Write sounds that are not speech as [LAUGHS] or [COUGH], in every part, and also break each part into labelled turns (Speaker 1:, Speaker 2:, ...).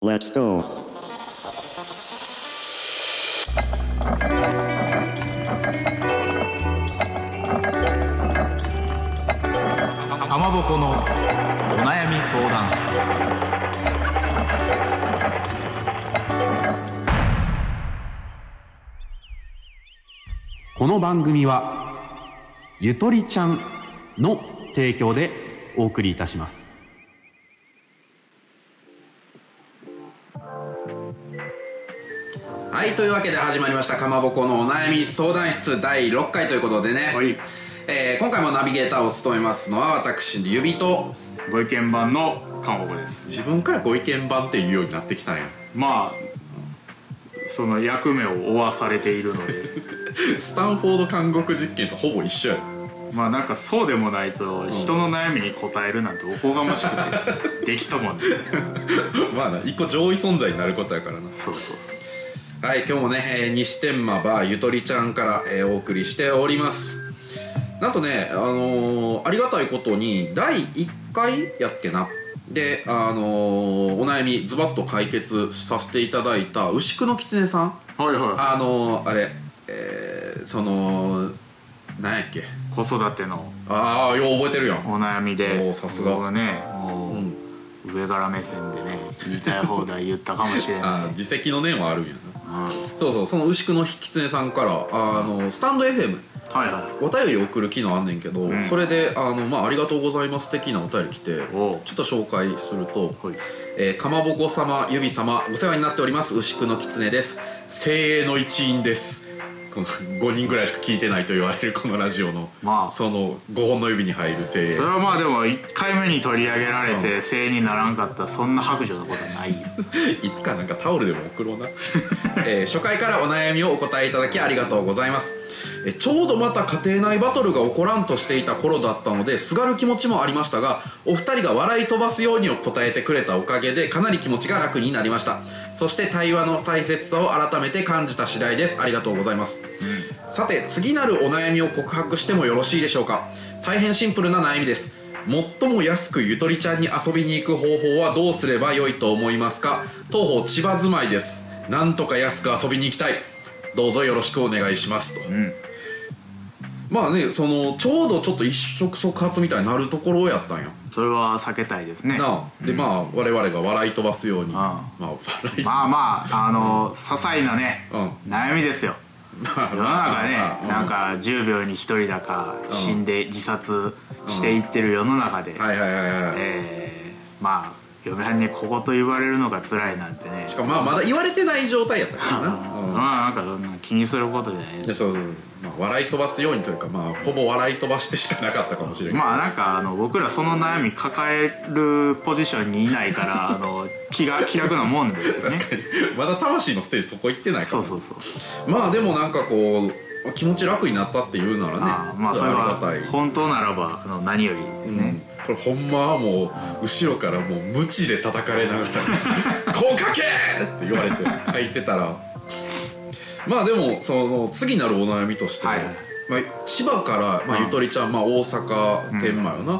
Speaker 1: Let's go.
Speaker 2: かまぼこのお悩み相談室この番組はゆとりちゃんの提供でお送りいたしますはいというわけで始まりましたかまぼこのお悩み相談室第6回ということでね、
Speaker 3: はい、
Speaker 2: えー今回もナビゲーターを務めますのは私指と
Speaker 3: ご意見番の看護です
Speaker 2: 自分からご意見番って言うようになってきたんや [LAUGHS]
Speaker 3: まあその役目を負わされているので
Speaker 2: [LAUGHS] スタンフォード監獄実験とほぼ一緒や
Speaker 3: まあなんかそうでもないと人の悩みに答えるなんておこがましくてできた
Speaker 2: [LAUGHS]
Speaker 3: もんね
Speaker 2: まあな一個上位存在になることやからな
Speaker 3: そうそう
Speaker 2: はい今日もね、えー西天満バーゆとりちゃんから、えーお送りしておりますなんとね、あのーありがたいことに第1回やっけなで、あのーお悩みズバッと解決させていただいた牛久の狐さん
Speaker 3: そうはいは
Speaker 2: あのあれ、えー、そのなんやっけ
Speaker 3: い子育ての
Speaker 2: ああよう覚えてるやん
Speaker 3: お悩みで
Speaker 2: おーさすが
Speaker 3: 僕はねも
Speaker 2: うん
Speaker 3: う上から目線でね言いたい放題言ったかもしれ
Speaker 2: あ
Speaker 3: な
Speaker 2: ー
Speaker 3: い
Speaker 2: 自責の念はあるんやな
Speaker 3: うんはい
Speaker 2: そうそうその牛久の狐さんからあのスタンド FM
Speaker 3: は
Speaker 2: お便り送る機能あんねんけど、
Speaker 3: ん
Speaker 2: それであの、まあ「ありがとうございます」的なお便り来てちょ
Speaker 3: おう
Speaker 2: っと紹介すると
Speaker 3: いはい
Speaker 2: 「えーかまぼこ様ゆび様お世話になっております牛久の狐です精鋭の一員です」この5人ぐらいしか聞いてないと言われるこのラジオの、
Speaker 3: まあ
Speaker 2: その5本の指に入る精鋭
Speaker 3: それはまあでも1回目に取り上げられて正にならんかったそんな白状なことはないです
Speaker 2: [LAUGHS] いつかなんかタオルでも送ろうな、 [LAUGHS] えー初回からお悩みをお答えいただきありがとうございますえーちょうどまた家庭内バトルが起こらんとしていた頃だったのですがる気持ちもありましたがお二人が笑い飛ばすようにを答えてくれたおかげでかなり気持ちが楽になりましたそして対話の大切さを改めて感じた次第ですありがとうございます、さて次なるお悩みを告白してもよろしいでしょうか大変シンプルな悩みです最も安くゆとりちゃんに遊びに行く方法はどうすれば良いと思いますか当方千葉住まいですなんとか安く遊びに行きたいどうぞよろしくお願いしますと、
Speaker 3: ん
Speaker 2: まあねそのちょうどちょっと一触即発みたいになるところやったんや
Speaker 3: それは避けたいですね
Speaker 2: なあで、まあ我々が笑い飛ばすように
Speaker 3: あ
Speaker 2: まあ笑い、
Speaker 3: まあまああの些細なね、
Speaker 2: う
Speaker 3: 悩みですよ
Speaker 2: まあ
Speaker 3: 世の中ね、
Speaker 2: まあ
Speaker 3: なんか10秒に1人だか死んで自殺していってる世の中で、
Speaker 2: はいはいはいはい、
Speaker 3: えーまあ嫁はんにここと言われるのが辛いなんてね
Speaker 2: しかもまあまだ言われてない状態やったからな、うん
Speaker 3: まあなんかそんな気にすることじゃない
Speaker 2: でそう、まあ、笑い飛ばすようにというか、まあ、ほぼ笑い飛ばしてしかなかったかもしれない、
Speaker 3: まあなんかあの僕らその悩み抱えるポジションにいないから
Speaker 2: [LAUGHS]
Speaker 3: あの気が気楽なもんですよね
Speaker 2: 確かにまだ魂のステージそこ行ってないか
Speaker 3: そ
Speaker 2: ら
Speaker 3: うそうそう
Speaker 2: まあでもなんかこう気持ち楽になったっていうならね
Speaker 3: ああまあそれ
Speaker 2: あり
Speaker 3: は
Speaker 2: がたい、
Speaker 3: 本当ならばあの何よりです
Speaker 2: うん
Speaker 3: ね、
Speaker 2: これほんまはもう後ろからもう無知で叩かれながら
Speaker 3: [LAUGHS]
Speaker 2: 「こう書け!」って言われて書いてたらまあでもその次なるお悩みとして、
Speaker 3: はいはい
Speaker 2: まあ、千葉から、まあ、ゆとりちゃん、まあ、大阪天満よな、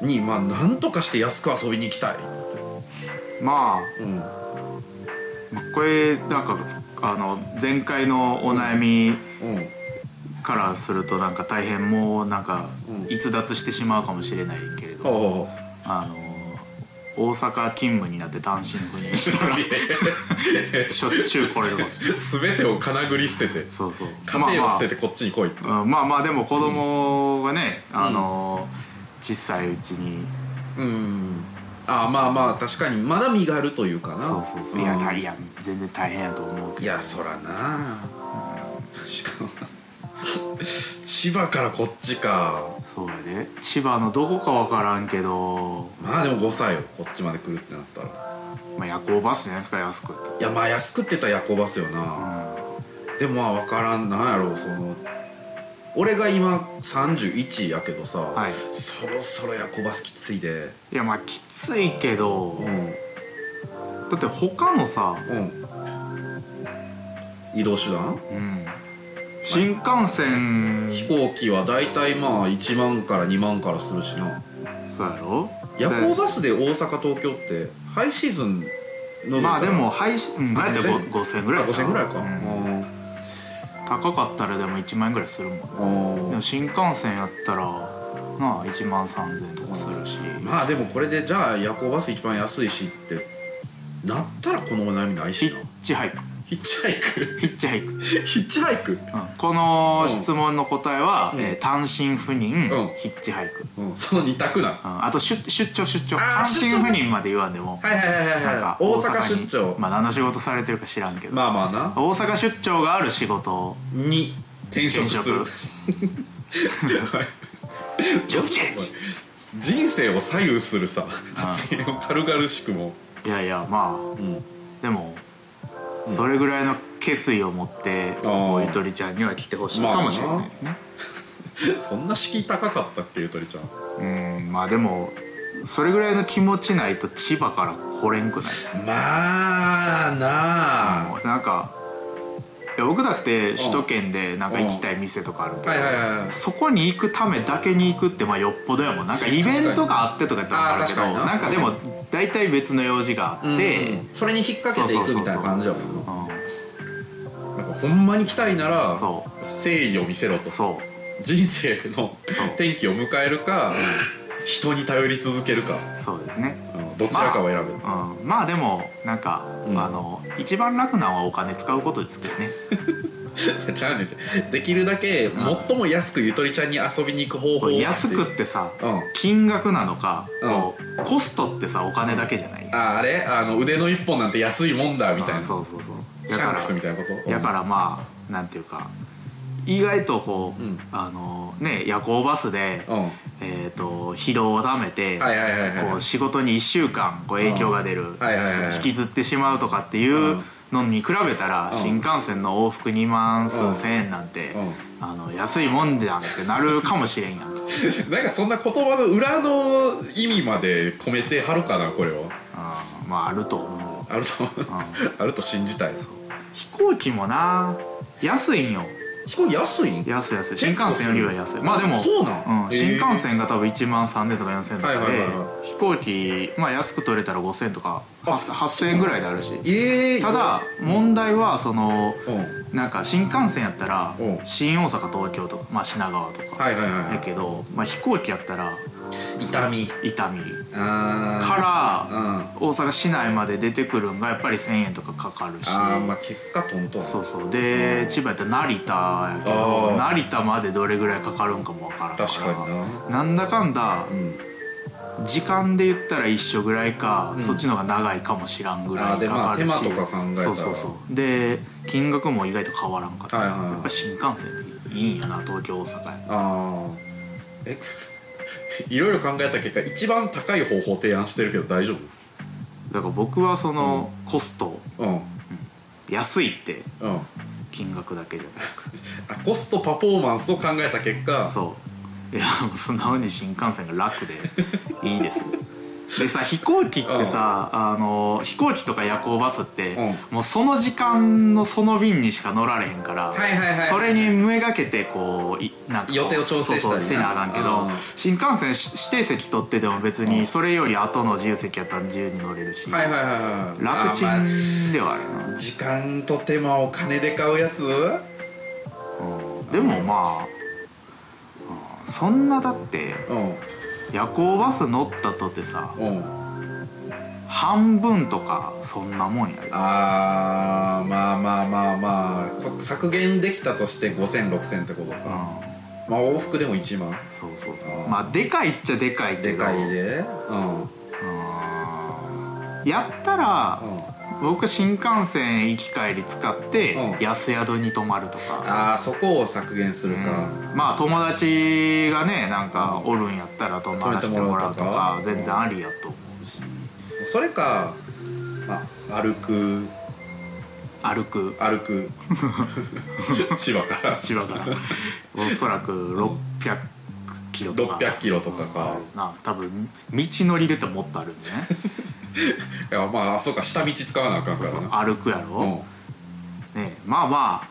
Speaker 3: うん
Speaker 2: に、まあ、なんとかして安く遊びに行きたいっつって、
Speaker 3: まあ
Speaker 2: うん、
Speaker 3: これなんかあの前回のお悩み
Speaker 2: うん、
Speaker 3: からするとなんか大変もうなんか
Speaker 2: うん
Speaker 3: 逸脱してしまうかもしれないけれど、
Speaker 2: ほ
Speaker 3: あの大阪勤務になって単身赴任
Speaker 2: [LAUGHS]
Speaker 3: したらしょっちゅう来れるかもしれないう
Speaker 2: すべてをかなぐり捨てて
Speaker 3: そうそう
Speaker 2: 家庭を捨ててこっちに来いって、
Speaker 3: まあまあ、うんまあまあでも子供がね、あの小さいうちに
Speaker 2: うんあまあまあ確かにまだ身軽というかな
Speaker 3: そうそうそうい
Speaker 2: ん
Speaker 3: やだいや全然大変やと思うけ
Speaker 2: い
Speaker 3: ど
Speaker 2: やそらなしかも千葉からこっちか
Speaker 3: そうやで千葉のどこかわからんけど、
Speaker 2: まあでも5歳をこっちまで来るってなったら
Speaker 3: まあ、夜行バスじゃないですか安くって。
Speaker 2: いやまあ安くって言ったら夜行バスよ
Speaker 3: う
Speaker 2: な、
Speaker 3: ん
Speaker 2: でもまあ分からんなんやろうその俺が今31やけどさ、
Speaker 3: はい
Speaker 2: そろそろ夜行バスきついで
Speaker 3: いやまあきついけど、
Speaker 2: うん
Speaker 3: だって他のさ、
Speaker 2: うん移動手段
Speaker 3: うん、新幹線
Speaker 2: 飛行機は大体まあ1万から2万からするしな
Speaker 3: そうやろ
Speaker 2: 夜行
Speaker 3: で
Speaker 2: バスで大阪東京ってハイシーズン覗いたら
Speaker 3: まあでも配信、うん、大体
Speaker 2: 3000
Speaker 3: 5000円
Speaker 2: あ
Speaker 3: ぐらい
Speaker 2: 5000ぐらいか、
Speaker 3: う
Speaker 2: うんん、
Speaker 3: 高かったらでも1万円ぐらいするもんねでも新幹線やったらまあ1万3000円とかするし
Speaker 2: まあでもこれでじゃあ夜行バス一番安いしってなったらこのお悩みない
Speaker 3: ヒ
Speaker 2: しな
Speaker 3: ッチハイク
Speaker 2: ヒッチハイク
Speaker 3: ヒッチハイク、うん
Speaker 2: [LAUGHS] ヒッチハイク、
Speaker 3: この質問の答えは、
Speaker 2: うん
Speaker 3: えー単身赴任、
Speaker 2: うん
Speaker 3: ヒッチハイク、
Speaker 2: うん、その二択なんは
Speaker 3: うんあと出出張出張
Speaker 2: あ
Speaker 3: 単
Speaker 2: ー
Speaker 3: 身赴任まで言わんでも、
Speaker 2: いはいはいはい
Speaker 3: なんか
Speaker 2: はい大阪
Speaker 3: に
Speaker 2: 出張ま
Speaker 3: まあ何の仕事されてるか知らんけど、
Speaker 2: あまあな
Speaker 3: 大阪出張がある仕事
Speaker 2: に転職する
Speaker 3: 転ジョブチェンジ
Speaker 2: 人生を左右するさ発言を軽々しくも、
Speaker 3: いやいやまあ
Speaker 2: うん、
Speaker 3: でも、それぐらいの決意を持って
Speaker 2: あー
Speaker 3: こうゆとりちゃんには来てほしいかもしれないですね、
Speaker 2: そんな敷居高かったっけゆとりちゃん
Speaker 3: うんまあでもそれぐらいの気持ちないと千葉から来れんくない
Speaker 2: まあなあ
Speaker 3: なんかいや僕だって首都圏でなんか行きたい店とかあるけど、
Speaker 2: はいはいはいはい
Speaker 3: そこに行くためだけに行くってまあよっぽどやもんなんかイベントがあってとかやったら分かるけど
Speaker 2: 確かにあー
Speaker 3: な
Speaker 2: 確
Speaker 3: ん
Speaker 2: か
Speaker 3: か
Speaker 2: に
Speaker 3: で
Speaker 2: な
Speaker 3: も大体別の用事があって、
Speaker 2: うんそれに引っ掛けていくみたいな感じだもんな
Speaker 3: う
Speaker 2: なんかほんまに来たいなら
Speaker 3: んそ
Speaker 2: 誠意を見せろと
Speaker 3: うそ
Speaker 2: 人生の
Speaker 3: そう
Speaker 2: 転機を迎えるか人に頼り続けるか
Speaker 3: うそうですね
Speaker 2: うんどちらかを選べ、
Speaker 3: うん、まあでもなんか、
Speaker 2: うん
Speaker 3: あの一番楽なのはお金使うことですけど
Speaker 2: [LAUGHS]
Speaker 3: ね
Speaker 2: [LAUGHS] ちゃうねんてできるだけ最も安くゆとりちゃんに遊びに行く方法
Speaker 3: こ
Speaker 2: を
Speaker 3: う安くってさ
Speaker 2: うん
Speaker 3: 金額なのか、
Speaker 2: うん
Speaker 3: こうコストってさお金だけじゃない
Speaker 2: ああれあの腕の一本なんて安いもんだみたいな
Speaker 3: うんそうそうそう
Speaker 2: シ
Speaker 3: だ
Speaker 2: ャン
Speaker 3: か
Speaker 2: クスみ
Speaker 3: ら
Speaker 2: たいなこと
Speaker 3: だからまあなんていうか意外とこう、
Speaker 2: うん
Speaker 3: あのね夜行バスで、
Speaker 2: うんは
Speaker 3: えー、と疲労をためて、
Speaker 2: いはいはいはい
Speaker 3: こう仕事に1週間こう影響が出る、
Speaker 2: はいはいはい
Speaker 3: 引きずってしまうとかって
Speaker 2: う
Speaker 3: い
Speaker 2: ん
Speaker 3: うのに比べたら、
Speaker 2: うん
Speaker 3: 新幹線の往復2万数千円なんて、
Speaker 2: うん
Speaker 3: あの安いもんじゃんってなるかもしれんやんか、うん
Speaker 2: なんかそんな言葉の裏の意味まで込めてはるかなこれは
Speaker 3: まああると思う
Speaker 2: あると、あると信じたい
Speaker 3: 飛行機もな安いんよ
Speaker 2: 飛行機安いん
Speaker 3: 安い安い
Speaker 2: 結
Speaker 3: 新
Speaker 2: 構
Speaker 3: 幹線よりは安いまあでも
Speaker 2: そうなん
Speaker 3: ん
Speaker 2: へ
Speaker 3: 新
Speaker 2: ー
Speaker 3: 幹線が多分1万3000とか4000とかで、
Speaker 2: はいはいはいは
Speaker 3: 飛行機、まあ、安く取れたら5000とか
Speaker 2: あ
Speaker 3: 8000 8000円ぐらいであるし
Speaker 2: ええ
Speaker 3: ただ問題はその
Speaker 2: うんはい
Speaker 3: なんか新幹線やったら
Speaker 2: うん
Speaker 3: 新大阪東京とか、まあ、品川とか
Speaker 2: はいは
Speaker 3: やけど、まあ、飛行機やったら
Speaker 2: い痛み
Speaker 3: 伊丹
Speaker 2: あー
Speaker 3: か
Speaker 2: うん
Speaker 3: ら大阪市内まで出てくるんがやっぱり1,000円とかかかるし
Speaker 2: あーまあ結果トントン
Speaker 3: そうそうで千葉やったら成田やけ
Speaker 2: あー
Speaker 3: ど成田までどれぐらいかかるんかもわからんから
Speaker 2: 確かにな
Speaker 3: なんだかんだ
Speaker 2: うん
Speaker 3: 時間で言ったら一緒ぐらいか、
Speaker 2: うん
Speaker 3: そっちの方が長いかもしらんぐら
Speaker 2: あー
Speaker 3: いかか
Speaker 2: で
Speaker 3: るし
Speaker 2: まあ手間とか考えたら
Speaker 3: そうそうそうで金額も意外と変わらんかった、
Speaker 2: はいはいはい
Speaker 3: やっぱ新幹線っていいんやな東京大阪や
Speaker 2: ああえ [LAUGHS] いろいろ考えた結果一番高い方法提案してるけど大丈
Speaker 3: だから僕はそのコスト
Speaker 2: 夫うん
Speaker 3: 安いって
Speaker 2: うん
Speaker 3: 金額だけじゃな
Speaker 2: あコストパフォーマンスを考えた結果
Speaker 3: いそういやもう素直に新幹線が楽で
Speaker 2: [LAUGHS]
Speaker 3: いいですでさ飛行機ってさ、あの飛行機とか夜行バスって、
Speaker 2: う
Speaker 3: もうその時間のその便にしか乗られへんから、
Speaker 2: はいはいはい
Speaker 3: それに目がけてこういなんかこう
Speaker 2: 予定を調整したりな
Speaker 3: そうそうせなあかんけど、
Speaker 2: うん
Speaker 3: 新幹線し指定席取ってても別
Speaker 2: うん
Speaker 3: にそれより後の自由席やったら自由に乗れるし、
Speaker 2: はいはいはいはい
Speaker 3: 楽ち
Speaker 2: あーま
Speaker 3: んではあるな
Speaker 2: あ時間と手間を金で買うやつ
Speaker 3: うんでもまあ、うんそんなだって
Speaker 2: うん
Speaker 3: 夜行バス乗ったとてさ
Speaker 2: うん
Speaker 3: 半分とかそんなもんやで
Speaker 2: あーまあまあまあまあこ削減できたとして50006000ってこと
Speaker 3: うん
Speaker 2: か、まあ往復でも1万
Speaker 3: そうそうそ
Speaker 2: あ
Speaker 3: う
Speaker 2: ー
Speaker 3: まあでかいっちゃでかいけ
Speaker 2: で
Speaker 3: ど
Speaker 2: かいでうんうん
Speaker 3: うんやったら僕新幹線行き帰り使って
Speaker 2: うん
Speaker 3: 安宿に泊まるとか、
Speaker 2: ああそこを削減するか、
Speaker 3: うんまあ友達がねなんかおるんやったら泊まらせてもらうとか
Speaker 2: 泊めてもらうとか
Speaker 3: 全然ありやと思うし
Speaker 2: それか、まあ、歩く
Speaker 3: 歩く
Speaker 2: 歩く
Speaker 3: [LAUGHS]
Speaker 2: 千葉から
Speaker 3: 千葉
Speaker 2: [LAUGHS]
Speaker 3: からおそらく600キロとか
Speaker 2: 600キロとかか
Speaker 3: な多分道のりでってもっとあるんでね
Speaker 2: いやまあそうか下道使わなあかん
Speaker 3: そ
Speaker 2: か
Speaker 3: う
Speaker 2: ら
Speaker 3: そ
Speaker 2: な
Speaker 3: う歩くやろ、ねまあま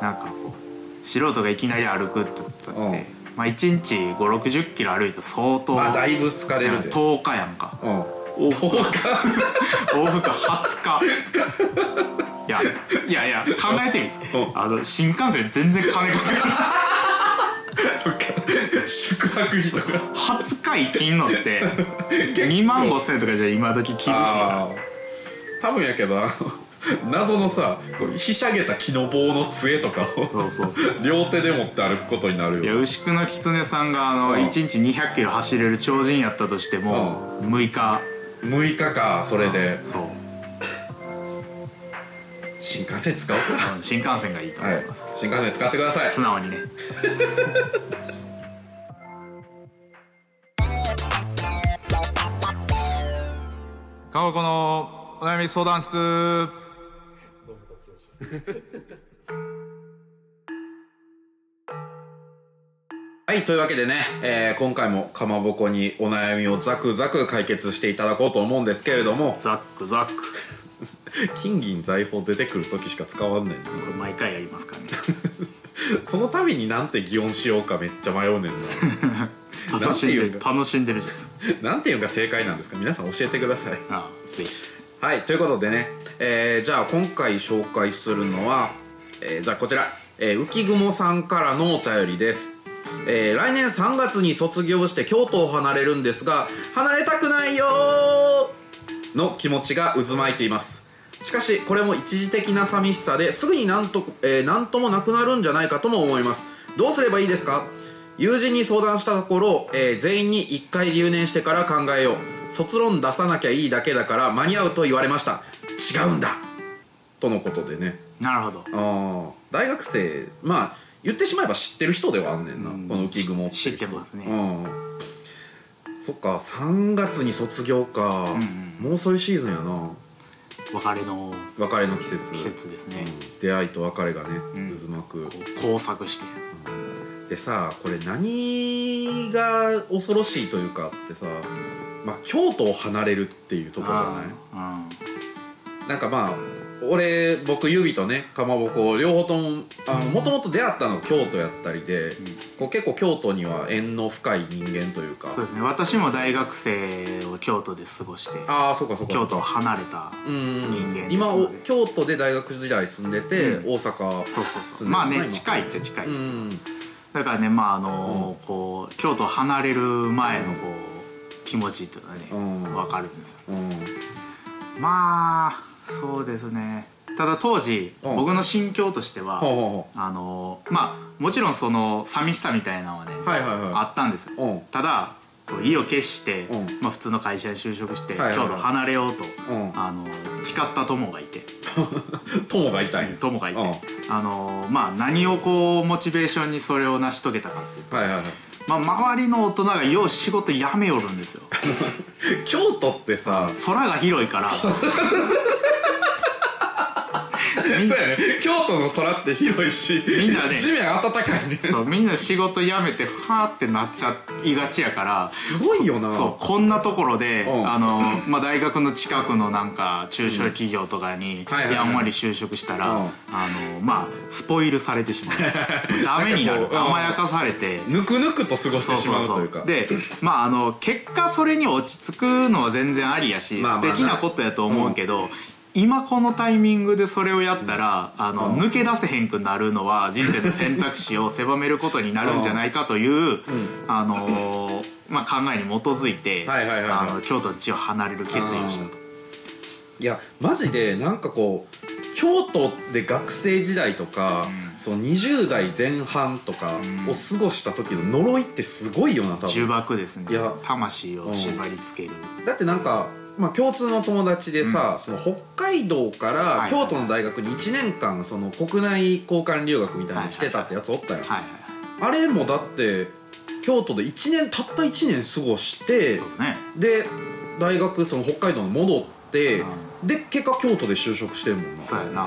Speaker 3: あなんかこう素人がいきなり歩くって言ったって、
Speaker 2: うん
Speaker 3: まあ1日5 6 0キロ歩いて相
Speaker 2: う
Speaker 3: 当、
Speaker 2: んまあだいぶ疲れるで、
Speaker 3: 10日やんか
Speaker 2: うん、
Speaker 3: 往復 [LAUGHS] 往復20日いやいやいや考えてみ
Speaker 2: うん
Speaker 3: あの新幹線全然金かかる
Speaker 2: そっか宿泊費とか
Speaker 3: 20日生きんのって
Speaker 2: [LAUGHS] 構
Speaker 3: 2万5千円とかじゃ今時厳しいな
Speaker 2: あー多分やけどあの謎のさこうひしゃげた木の棒の杖とかを
Speaker 3: そうそうそう
Speaker 2: 両手で持って歩くことになる
Speaker 3: いや
Speaker 2: よ
Speaker 3: 牛久の狐さんがあ
Speaker 2: う
Speaker 3: の
Speaker 2: ん
Speaker 3: 1日2 0 0キロ走れる超人やったとしても6日
Speaker 2: 6日かそれで
Speaker 3: そう
Speaker 2: 新幹線使おう
Speaker 3: うん新幹線がいいと
Speaker 2: か
Speaker 3: 思
Speaker 2: はいい
Speaker 3: ます、
Speaker 2: 新幹線使ってください
Speaker 3: 素直に
Speaker 2: [LAUGHS]
Speaker 3: ねかまこのお悩み相談室
Speaker 2: はいというわけでね、えー今回もかまぼこにお悩みをザクザク解決していただこうと思うんですけれども
Speaker 3: ザックザック
Speaker 2: 金銀財宝出てくる時しか使わんねんな
Speaker 3: これ毎回やりますからね
Speaker 2: [LAUGHS] その度になんて擬音しようかめっちゃ迷うねんなな
Speaker 3: 楽
Speaker 2: んて
Speaker 3: しんで
Speaker 2: いう
Speaker 3: る
Speaker 2: か
Speaker 3: 楽しんでるじゃないですか
Speaker 2: なんていうか正解なんですか皆さん教えてください
Speaker 3: ああぜひ
Speaker 2: はいということでね、えーじゃあ今回紹介するのは、えーじゃあこちら、えー浮雲さんからのお便りです、えー来年3月に卒業して京都を離れるんですが離れたくないよーの気持ちが渦巻いていますしかしこれも一時的な寂しさですぐになんと,、えーなんともなくなるんじゃないかとも思いますどうすればいいですか友人に相談したところ、えー全員に1回留年してから考えよう卒論出さなきゃいいだけだから間に合うと言われました違うんだとのことでね
Speaker 3: なるほど
Speaker 2: あー大学生まあ言ってしまえば知ってる人ではあんねんな、
Speaker 3: うん
Speaker 2: この浮雲
Speaker 3: 知ってますね
Speaker 2: うんそっか3月に卒業か、
Speaker 3: うんう
Speaker 2: もうそういうシーズンやな
Speaker 3: 別れの
Speaker 2: 別れの季節
Speaker 3: 季節ですね
Speaker 2: うん出会いと別れがね、
Speaker 3: うん
Speaker 2: 渦巻く
Speaker 3: こう交錯して
Speaker 2: でさこれ何が恐ろしいというかってさ、まあ、京都を離れるっていうとこじゃない
Speaker 3: あ
Speaker 2: なんかまあ俺僕指とねかまぼこ両方とももともと出会ったの京都やったりで、
Speaker 3: ん
Speaker 2: こう結構京都には縁の深い人間というか
Speaker 3: あうんそうですね私も大学生を京都で過ごして
Speaker 2: ああそうかそうか
Speaker 3: 京都を離れた
Speaker 2: うん
Speaker 3: 人間ですので
Speaker 2: 今お京都で大学時代住んでて、
Speaker 3: う
Speaker 2: 大阪
Speaker 3: そうそうそう
Speaker 2: 住んでる
Speaker 3: まあ
Speaker 2: な
Speaker 3: ね
Speaker 2: 今
Speaker 3: 近いっちゃ近いですけど、
Speaker 2: うん
Speaker 3: だからねまああのこう京都を離れる前のこう気持ちっていうのはね、
Speaker 2: うん
Speaker 3: わかるんですよ
Speaker 2: うん
Speaker 3: まあそうですねただ当時、
Speaker 2: うん
Speaker 3: 僕の心境としては、
Speaker 2: ほうほ
Speaker 3: あのまあもちろんその寂しさみたいなのはね、
Speaker 2: うほうはいはいは
Speaker 3: あったんですよ
Speaker 2: いうん
Speaker 3: ただこう意を決して、
Speaker 2: うん
Speaker 3: まあ、普通の会社に就職して、
Speaker 2: はいはいはい
Speaker 3: 京都離れようと、
Speaker 2: うん
Speaker 3: あの誓った友がいて
Speaker 2: 友がいたんや
Speaker 3: 友がいて、
Speaker 2: うん
Speaker 3: あのまあ、何をこうモチベーションにそれを成し遂げたかっていうと
Speaker 2: はいはいはい
Speaker 3: まあ、周りの大人がよう仕事辞めよるんですよ
Speaker 2: 京都ってさ
Speaker 3: 空が広
Speaker 2: [LAUGHS]
Speaker 3: いからみん
Speaker 2: そうやね京都の空って広いし
Speaker 3: みんなね
Speaker 2: 地面暖かいね
Speaker 3: そうみんな仕事辞めてはーってなっちゃいがちやから
Speaker 2: すごいよな
Speaker 3: そうこんなところで、
Speaker 2: うん
Speaker 3: あのまあ、大学の近くのなんか中小企業とかに
Speaker 2: はいはいはい
Speaker 3: やんわり就職したら、
Speaker 2: うん
Speaker 3: あのまあ、スポイルされてしまうダ
Speaker 2: [LAUGHS]
Speaker 3: メにな
Speaker 2: なんか
Speaker 3: る
Speaker 2: こううん
Speaker 3: 甘やかされて。
Speaker 2: ぬくぬくと過ごし
Speaker 3: そう
Speaker 2: てし
Speaker 3: そ
Speaker 2: ま
Speaker 3: う
Speaker 2: う
Speaker 3: そ
Speaker 2: といううか
Speaker 3: でまああの結果それに落ち着くのは全然ありやし、
Speaker 2: まあまあな
Speaker 3: 素敵なことやと思うけど、今このタイミングでそれをやったら、あの
Speaker 2: うん
Speaker 3: 抜け出せへんくなるのは人生の選択肢を狭めることになるんじゃないかという、あのーまあ、考えに基づいて、
Speaker 2: はいはいはいはい
Speaker 3: あの京都の地を離れる決意をしたと。
Speaker 2: いやマジでなんかこう京都で学生時代とか、その20代前半とかを過ごした時の呪いってすごいよな多
Speaker 3: 呪
Speaker 2: 分
Speaker 3: 縛ですね
Speaker 2: いや
Speaker 3: 魂を縛り付ける、
Speaker 2: だってなんか、まあ、共通の友達でさ、その北海道か
Speaker 3: は
Speaker 2: ら
Speaker 3: い
Speaker 2: 京都の大学に1年間その国内交換留学みたいなの来てたってやつおったよ、
Speaker 3: はいはい
Speaker 2: あれもだって京都で1年たった1年過ごして
Speaker 3: そうね
Speaker 2: で大学その北海道に戻って、
Speaker 3: う
Speaker 2: で結果京都で就職してるもんな
Speaker 3: そうやな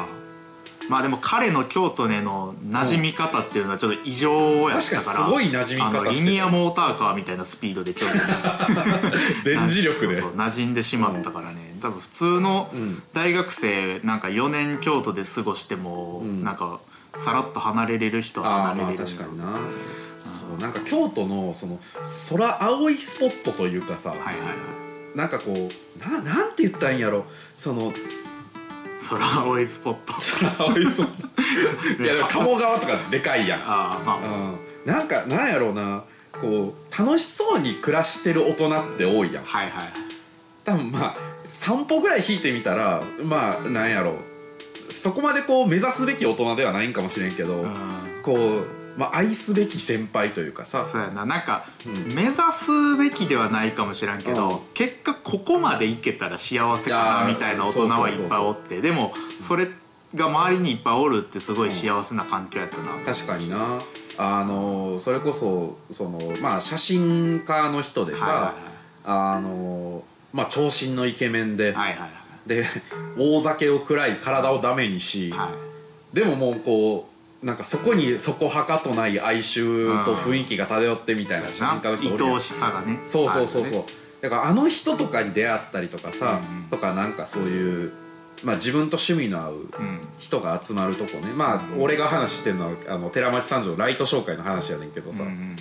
Speaker 3: まあでも彼の京都での馴染み方っていうのはちょっと異常や
Speaker 2: 確
Speaker 3: っ
Speaker 2: か
Speaker 3: た
Speaker 2: に
Speaker 3: か
Speaker 2: す
Speaker 3: ら
Speaker 2: ごい馴染み
Speaker 3: あの
Speaker 2: 方
Speaker 3: リ
Speaker 2: し
Speaker 3: ニ
Speaker 2: て
Speaker 3: アモーターカーみたいなスピードで京都に
Speaker 2: た電磁力で
Speaker 3: そうそう馴染んでしまったからね、多分普通の
Speaker 2: うん
Speaker 3: 大学生なんか4年京都で過ごしても、
Speaker 2: うん
Speaker 3: なんかさらっと離れれる人は
Speaker 2: ああ
Speaker 3: 離
Speaker 2: まあ
Speaker 3: れれる
Speaker 2: 確かになそうなんか京都のその空青いスポットというかさ、
Speaker 3: はいはいはい
Speaker 2: なんかこうななんて言ったらいいんやろそ
Speaker 3: [LAUGHS]
Speaker 2: の
Speaker 3: 空青いスポット
Speaker 2: 空青いそうないやでも鴨川とかでかいやん
Speaker 3: ああまあ、
Speaker 2: うん、なんかなんやろうなこう楽しそうに暮らしてる大人って多いやん
Speaker 3: はいはい
Speaker 2: 多分まあ散歩ぐらい引いてみたらまあなんやろうそこまでこう目指すべき大人ではないんかもしれんけど、
Speaker 3: うん
Speaker 2: こう、まあ、愛すべき先輩というかさ
Speaker 3: そうやななんか、
Speaker 2: うん
Speaker 3: 目指すべきではないかもしらんけど、
Speaker 2: うん
Speaker 3: 結果ここまでいけたら幸せか
Speaker 2: あー
Speaker 3: なみたいな大人はいっぱいおってでもそれが周りにいっぱいおるってすごい幸せな環境やったな、
Speaker 2: 確かになあのそれこそその、まあ、写真家の人でさ、あのまあ、長身のイケメンで、
Speaker 3: はいはいはい
Speaker 2: で大酒を食らい体をダメにし、
Speaker 3: はいはい
Speaker 2: でももうこうなんかそこにそこはかとない哀愁と雰囲気が漂ってみたいな写真家の人おる
Speaker 3: な
Speaker 2: や
Speaker 3: 愛
Speaker 2: ん
Speaker 3: おしさがね
Speaker 2: そうそうそう
Speaker 3: ある
Speaker 2: そ
Speaker 3: よ
Speaker 2: う
Speaker 3: ね
Speaker 2: だからあの人とかに出会ったりとかさ、
Speaker 3: うんうん
Speaker 2: とかなんかそういう、まあ、自分と趣味の合う
Speaker 3: うん
Speaker 2: 人が集まるとこねまあ俺が話してるのはあの寺町三条のライト紹介の話やねんけどさ、
Speaker 3: うんうん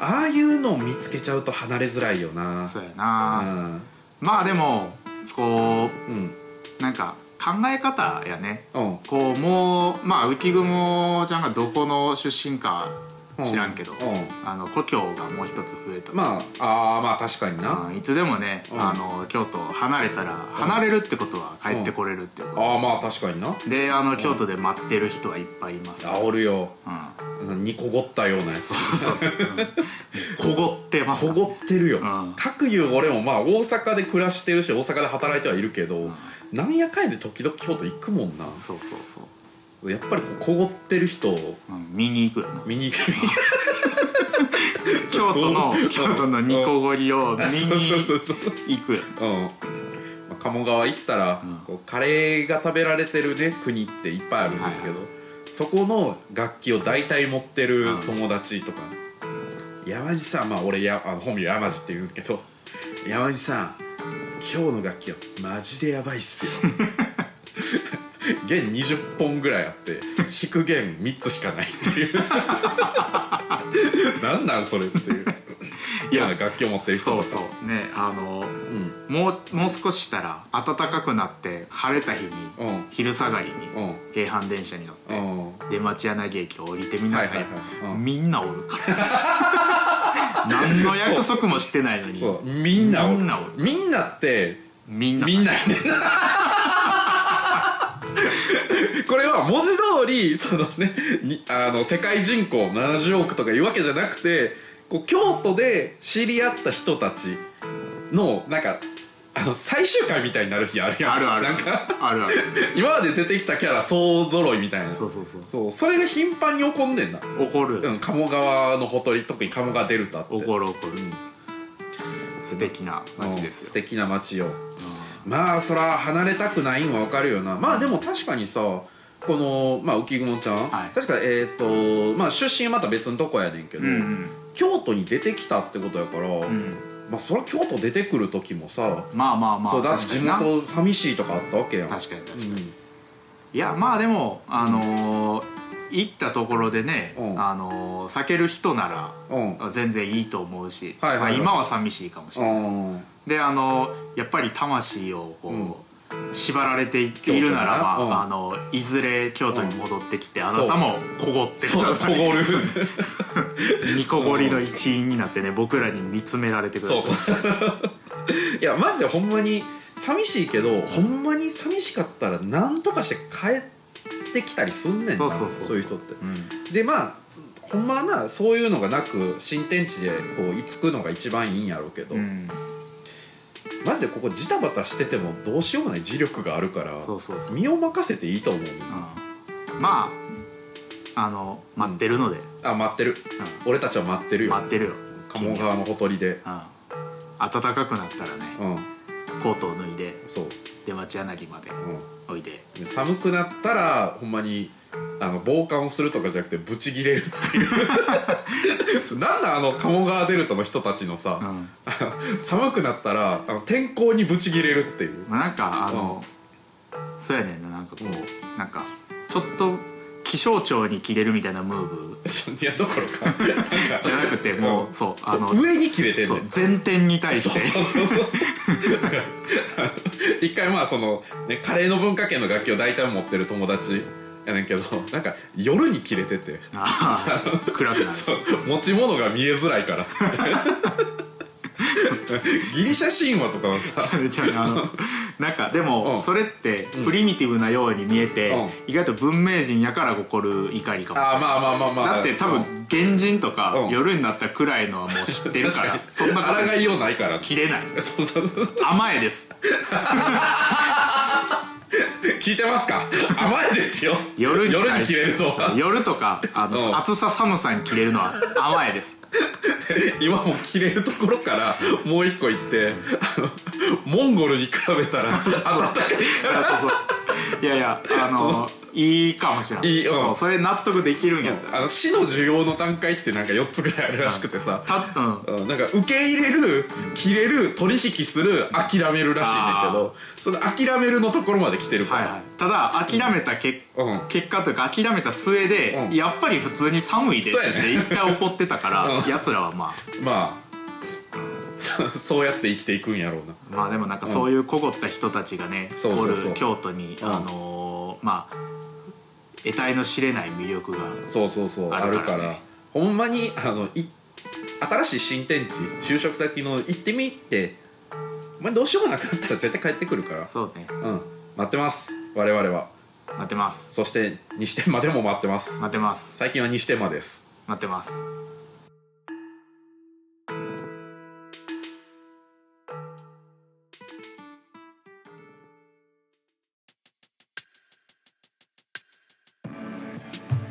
Speaker 2: ああいうのを見つけちゃうと離れづらいよな
Speaker 3: そうやな、
Speaker 2: ん
Speaker 3: まあでもこ
Speaker 2: うん
Speaker 3: うなんか考え方やね
Speaker 2: うん
Speaker 3: こうもうまあ浮雲ちゃんがどこの出身か知らんけど、
Speaker 2: う
Speaker 3: あの故郷がもう一つ増えた、
Speaker 2: んまああーまあ確かにな、
Speaker 3: あいつでもね、
Speaker 2: うん
Speaker 3: あの京都を離れたら離れるってことは帰ってこれるっていうこと
Speaker 2: ああまあ確かにな
Speaker 3: であの京都で待ってる人はいっぱいいます、
Speaker 2: 煽るよ
Speaker 3: うん
Speaker 2: にこごったようなやつ
Speaker 3: そうそう、うん、こごってます
Speaker 2: こごってるよ、
Speaker 3: うん
Speaker 2: かくいう俺もまあ大阪で暮らしてるし大阪で働いてはいるけど、
Speaker 3: ん
Speaker 2: なんやかんやで時々京都行くもんな
Speaker 3: そうそうそう、
Speaker 2: やっぱりこうこごってる人を
Speaker 3: うん、見に行くよ [LAUGHS] な
Speaker 2: 見に行く
Speaker 3: 京都の京都のニコゴリを見
Speaker 2: あ
Speaker 3: に
Speaker 2: そうそうそうそう
Speaker 3: 行くよ
Speaker 2: うん、まあ、鴨川行ったら、
Speaker 3: うん
Speaker 2: こうカレーが食べられてるね国っていっぱいあるんですけど、そこの楽器を大体持ってる友達とか、山地さんまあ俺やあの本名山地って言うんですけど山地さん今日の楽器はマジでやばいっすよ弦20本ぐらいあって弾く弦3つしかないって
Speaker 3: [LAUGHS]
Speaker 2: いうなんなんそれっていう
Speaker 3: い
Speaker 2: い
Speaker 3: や
Speaker 2: や楽器を持ってる人と
Speaker 3: そう
Speaker 2: か
Speaker 3: そうねあの
Speaker 2: うん
Speaker 3: もうもう少ししたら暖かくなって晴れた日に、
Speaker 2: うん
Speaker 3: 昼下がりに、
Speaker 2: うん
Speaker 3: 京阪電車に乗って、
Speaker 2: うん
Speaker 3: 出町柳駅を降りてみなさい、
Speaker 2: はいはいはいうん
Speaker 3: みんなおるから [LAUGHS] 何の約束もしてないのに
Speaker 2: そうみんなおる
Speaker 3: みんなおる
Speaker 2: みんなって
Speaker 3: みんな
Speaker 2: みんなやね
Speaker 3: [LAUGHS]
Speaker 2: んこれは文字通りそのねにあの世界人口70億とかいうわけじゃなくてこう京都で知り合った人たちのなんかあの最終回みたいになる日あるやん
Speaker 3: あるある
Speaker 2: なんか
Speaker 3: あるある
Speaker 2: 今まで出てきたキャラ総揃いみたいな
Speaker 3: そうそうそう
Speaker 2: そうそれが頻繁に起こんねんな、
Speaker 3: 怒る、
Speaker 2: うん、鴨川のほとり特に鴨川デルタって
Speaker 3: 怒る怒る、
Speaker 2: ん
Speaker 3: 素敵な街で
Speaker 2: うん素
Speaker 3: すよ、
Speaker 2: 敵な街よ
Speaker 3: う
Speaker 2: まあそら離れたくないんはわかるよなまあでも確かにさこの、まあ、浮雲ちゃん、
Speaker 3: はい
Speaker 2: 確かえっ、とまあ出身はまた別のとこやねんけど、
Speaker 3: んうん
Speaker 2: 京都に出てきたってことやから、
Speaker 3: うん、うん
Speaker 2: まあそら京都出てくる時もさ、
Speaker 3: まあまあまあ
Speaker 2: そうだって地
Speaker 3: 確かにな
Speaker 2: 元寂しいとかあったわけやん
Speaker 3: 確かに確かに、
Speaker 2: うん
Speaker 3: いやまあでもあのー行ったところでね、
Speaker 2: うん
Speaker 3: あのー避ける人な
Speaker 2: うん
Speaker 3: ら全然いいと思うし、
Speaker 2: はいはいはい
Speaker 3: まあ今は寂しいかもしれない、
Speaker 2: うん
Speaker 3: であのやっぱり魂をこう、
Speaker 2: うん
Speaker 3: 縛られているならば、
Speaker 2: 京都だなうん
Speaker 3: あのいずれ京都に戻ってきて、あ
Speaker 2: そ
Speaker 3: な
Speaker 2: う
Speaker 3: たもこごって
Speaker 2: [LAUGHS]
Speaker 3: く
Speaker 2: そう
Speaker 3: だ
Speaker 2: こ
Speaker 3: さい
Speaker 2: ごる
Speaker 3: ニコゴリの一員になってね僕らに見つめられてくだ
Speaker 2: そ
Speaker 3: さいう
Speaker 2: そう [LAUGHS] いやマジでほんまに寂しいけどほんまに寂しかったら何とかして帰ってきたりすんねんな
Speaker 3: そうそうそう
Speaker 2: そういう人って
Speaker 3: うん
Speaker 2: でまあほんまはなそういうのがなく新天地でこう居つくのが一番いいんやろうけど、
Speaker 3: うん
Speaker 2: マジでここジタバタしててもどうしようもない磁力があるから
Speaker 3: そうそうそう、
Speaker 2: 身を任せていいと思う、
Speaker 3: うんまああの待ってるので、
Speaker 2: あ待ってる
Speaker 3: う
Speaker 2: 俺たちは待ってる
Speaker 3: ん
Speaker 2: よ
Speaker 3: 待ってるよ、
Speaker 2: 鴨川のほとりで
Speaker 3: うん、暖かくなったらね
Speaker 2: うん
Speaker 3: コートを脱いで
Speaker 2: そう、
Speaker 3: 出町柳まで
Speaker 2: う
Speaker 3: おいで
Speaker 2: ん、で寒くなったらほんまにあの防寒をするとかじゃなくてブチギレるって
Speaker 3: [LAUGHS]
Speaker 2: いうなんだあの鴨川デルタの人たちのさ
Speaker 3: う、ん
Speaker 2: 寒くなったらあの天候にブチギレるっていう
Speaker 3: まあ、なんかあの、そうやねんななんかこう、なんかちょっと気象庁に切れるみたいなムーブ
Speaker 2: いやどころ
Speaker 3: [LAUGHS]
Speaker 2: かなんか
Speaker 3: じゃなくてもうそうあの
Speaker 2: 上に切れてん
Speaker 3: そ
Speaker 2: ね
Speaker 3: うん前転に対し
Speaker 2: そう
Speaker 3: て
Speaker 2: そうそうそうだからあの一回まあその、ね、カレーの文化圏の楽器を大体持ってる友達やねんけどなんか夜に切れてて
Speaker 3: [LAUGHS] ああ暗くなる
Speaker 2: そう持ち物が見えづらいから [LAUGHS] っつってギリシャ神話とかのさ
Speaker 3: ちゃうちゃうあのなんかで
Speaker 2: う
Speaker 3: も
Speaker 2: ん
Speaker 3: それってプリミティブなように見えて、
Speaker 2: うん
Speaker 3: 意外と文明人やから起こる怒りかも
Speaker 2: あーまあまあまあまあ
Speaker 3: だって多分原人とか、
Speaker 2: うん
Speaker 3: 夜になったくらいのはもう知ってるから
Speaker 2: 確
Speaker 3: そ
Speaker 2: か
Speaker 3: ん
Speaker 2: に
Speaker 3: なこ
Speaker 2: 抗
Speaker 3: と
Speaker 2: いようないから
Speaker 3: 切れない
Speaker 2: そうそうそうそう
Speaker 3: 甘えです
Speaker 2: 聞いてますか甘いですよ
Speaker 3: 夜に
Speaker 2: 夜に切れるのは
Speaker 3: 夜とかあの、
Speaker 2: うん
Speaker 3: 暑さ寒さに切れるのは甘えです
Speaker 2: 今もう切れるところからもう一個行ってあのモンゴルに比べた
Speaker 3: [LAUGHS]
Speaker 2: ら暖かい
Speaker 3: いやそうそういやいやあのいいかもしれない
Speaker 2: いいうん
Speaker 3: そうそれ納得できるんやったら
Speaker 2: あの死の需要の段階ってなんか4つぐらいあるらしくてさ、
Speaker 3: たうん
Speaker 2: うんなんか受け入れる切れる取引する諦めるらしいねんだけどその諦めるのところまで来てるか
Speaker 3: はい
Speaker 2: ら、
Speaker 3: はい、ただ諦めた結,、
Speaker 2: うん
Speaker 3: 結果というか諦めた末で、
Speaker 2: うん
Speaker 3: やっぱり普通に寒いでっ
Speaker 2: そうやね
Speaker 3: て一回怒ってたから、
Speaker 2: うん
Speaker 3: 奴らはまあ
Speaker 2: まあ [LAUGHS] そそうやって生きていくんやろうな
Speaker 3: まあでもなんかそういうこごった人たちがね、
Speaker 2: そうそうそう
Speaker 3: おる京都に、
Speaker 2: うん
Speaker 3: あのーまあ得体の知れない魅力が
Speaker 2: そうそうそうあ
Speaker 3: あ
Speaker 2: る
Speaker 3: る
Speaker 2: か
Speaker 3: かららね
Speaker 2: ほんまにあのい新しい新天地就職先の行ってみてお前どうしようもなくなったら絶対帰ってくるから
Speaker 3: そうね
Speaker 2: うん待ってます我々は
Speaker 3: 待ってます
Speaker 2: そして西天までも待ってます
Speaker 3: 待ってます
Speaker 2: 最近は西天まです
Speaker 3: 待ってます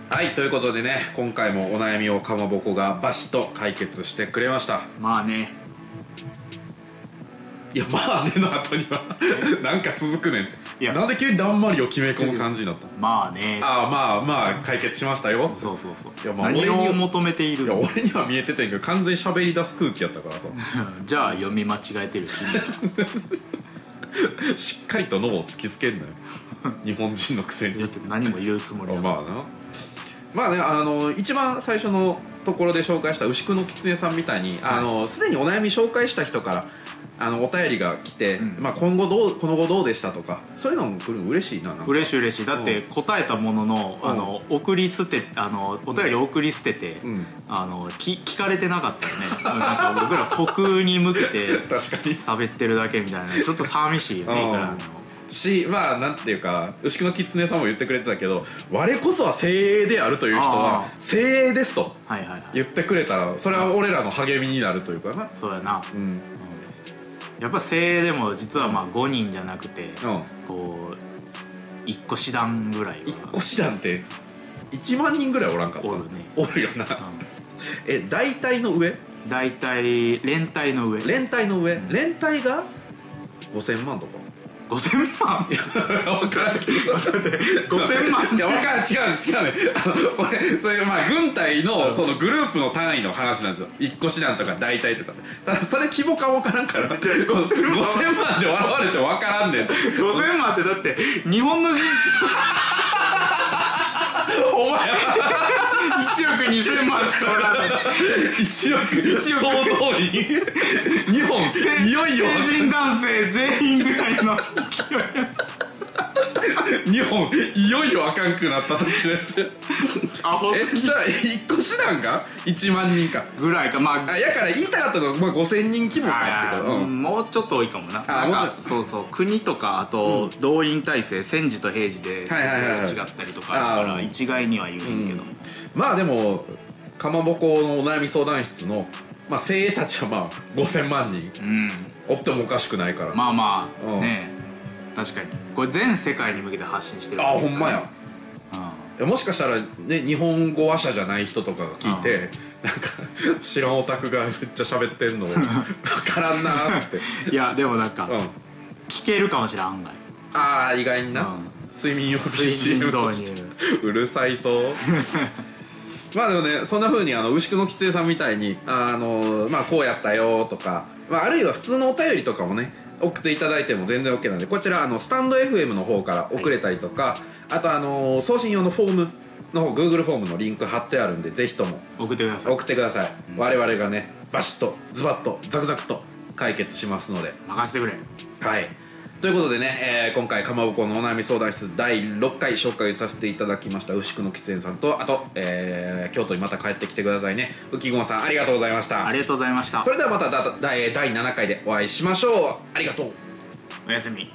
Speaker 2: はいということでね今回もお悩みをかまぼこがバシッと解決してくれました
Speaker 3: まあね
Speaker 2: いやまあねの後にはなんか続くねんて
Speaker 3: いや
Speaker 2: なんで急にだんまりを決め込む感じになったの
Speaker 3: まあね
Speaker 2: ああまあまあ解決しましたよ
Speaker 3: そうそうそう
Speaker 2: いやまあ
Speaker 3: 何
Speaker 2: 俺に
Speaker 3: を求めてい
Speaker 2: い
Speaker 3: る
Speaker 2: や俺には見えててんけど完全に喋り出す空気やったからさ
Speaker 3: じゃあ読み間違えてる君
Speaker 2: しっかりと脳を突きつけんなよ日本人のくせ
Speaker 3: だ
Speaker 2: に
Speaker 3: って何も言うつもり
Speaker 2: まあま
Speaker 3: は
Speaker 2: あなまあねあの一番最初のところで紹介した牛久の狐さんみたいにあのすでにお悩み紹介した人からあのお便りが来て、
Speaker 3: うん
Speaker 2: まあ、今後どうこの後どうでしたとかそういうのも来るの嬉しいななんか
Speaker 3: 嬉しい嬉しいだって答えたものの,、
Speaker 2: うん
Speaker 3: あの送り捨てあのお便り送り捨てて、
Speaker 2: うん
Speaker 3: あのき聞かれてなかったよねなんか僕ら国に向けて
Speaker 2: 確かに
Speaker 3: 喋ってるだけみたいなちょっと寂しいよ
Speaker 2: うん
Speaker 3: ねいくらでも
Speaker 2: しまあなんていうか牛久の狐さんも言ってくれてたけど我こそは精鋭であるという人は
Speaker 3: あ
Speaker 2: 精鋭ですと
Speaker 3: はいはいはい
Speaker 2: 言ってくれたらそれは俺らの励みになるというかな
Speaker 3: そうやな
Speaker 2: うん
Speaker 3: やっぱ精鋭でも実はまあ5人じゃなくて、
Speaker 2: うん
Speaker 3: こう1個師団ぐらいは
Speaker 2: 一個師団って1万人ぐらいおらんかった
Speaker 3: おる
Speaker 2: [LAUGHS]
Speaker 3: ね
Speaker 2: おるよなえ大体の上
Speaker 3: うん大体連帯の上
Speaker 2: 連帯の上連帯が5000万と [LAUGHS] か
Speaker 3: 5000万
Speaker 2: 分からんけど
Speaker 3: 5000万
Speaker 2: いや分からん違う違うねあの俺それまあ軍隊のそのグループの単位の話なんですよ一個師団とか大隊とかただそれ規模感分からんから5000万で笑われても分からんねん
Speaker 3: 5000万ってだって日本の人口
Speaker 2: お前
Speaker 3: 1億2000万しかおらない
Speaker 2: 1億1億総動員 [LAUGHS] 日本いよいよ
Speaker 3: 成人男性全員ぐらいの勢い
Speaker 2: 日本いよいよあかんくなった時のやつ
Speaker 3: アホ
Speaker 2: えじゃあ一個師団か1万人か
Speaker 3: ぐらいかま
Speaker 2: あやから言いたかったのは、まあ、5000人規模かって
Speaker 3: あ
Speaker 2: こ
Speaker 3: う
Speaker 2: と、うん
Speaker 3: んもうちょっと多いかもな
Speaker 2: あ
Speaker 3: なん
Speaker 2: も
Speaker 3: かそうそう国とかあと動員体制戦時と平時で
Speaker 2: はいはいはいはい
Speaker 3: 違ったりとかあるか
Speaker 2: あ
Speaker 3: ら
Speaker 2: ー
Speaker 3: 一概には言えんけど
Speaker 2: まあでもかまぼこのお悩み相談室の、まあ、精鋭たちはまあ5000万人
Speaker 3: うん
Speaker 2: おってもおかしくないから、
Speaker 3: まあま
Speaker 2: うん
Speaker 3: あねえ確かにこれ全世界に向けて発信してる
Speaker 2: ああほんまやいやもしかしたら、ね、日本語話者じゃない人とかが聞いてなんか知らんオタクがめっちゃ喋ってん
Speaker 3: [LAUGHS]
Speaker 2: のわからんなーっつって、
Speaker 3: うんいやでもなんか
Speaker 2: うん、
Speaker 3: 聞けるかもしれん案
Speaker 2: [LAUGHS]
Speaker 3: 外
Speaker 2: ああ意外にな、
Speaker 3: うん
Speaker 2: 睡眠用
Speaker 3: 睡眠
Speaker 2: BGM
Speaker 3: 導
Speaker 2: として [LAUGHS]
Speaker 3: 入
Speaker 2: うるさいぞまあでもねそんな風にあの牛久の吉江さんみたいにあのまあこうやったよとか、まあ、あるいは普通のお便りとかもね送っていただいても全然 OK なんでこちらあのスタンド FM の方から送れたりとか、あとあの送信用のフォームの方 Google フォームのリンク貼ってあるんでぜひとも
Speaker 3: 送ってください
Speaker 2: 送ってください、我々がねバシッとズバッとザクザクと解決しますので
Speaker 3: 任せてくれ
Speaker 2: はいということでね、えー今回かまぼこのお悩み相談室第6回紹介させていただきました牛久の喫煙さんとあと、えー京都にまた帰ってきてくださいね浮雲さんありがとうございました
Speaker 3: ありがとうございました
Speaker 2: それではまただだだえー第7回でお会いしましょうありがとう
Speaker 3: おやすみ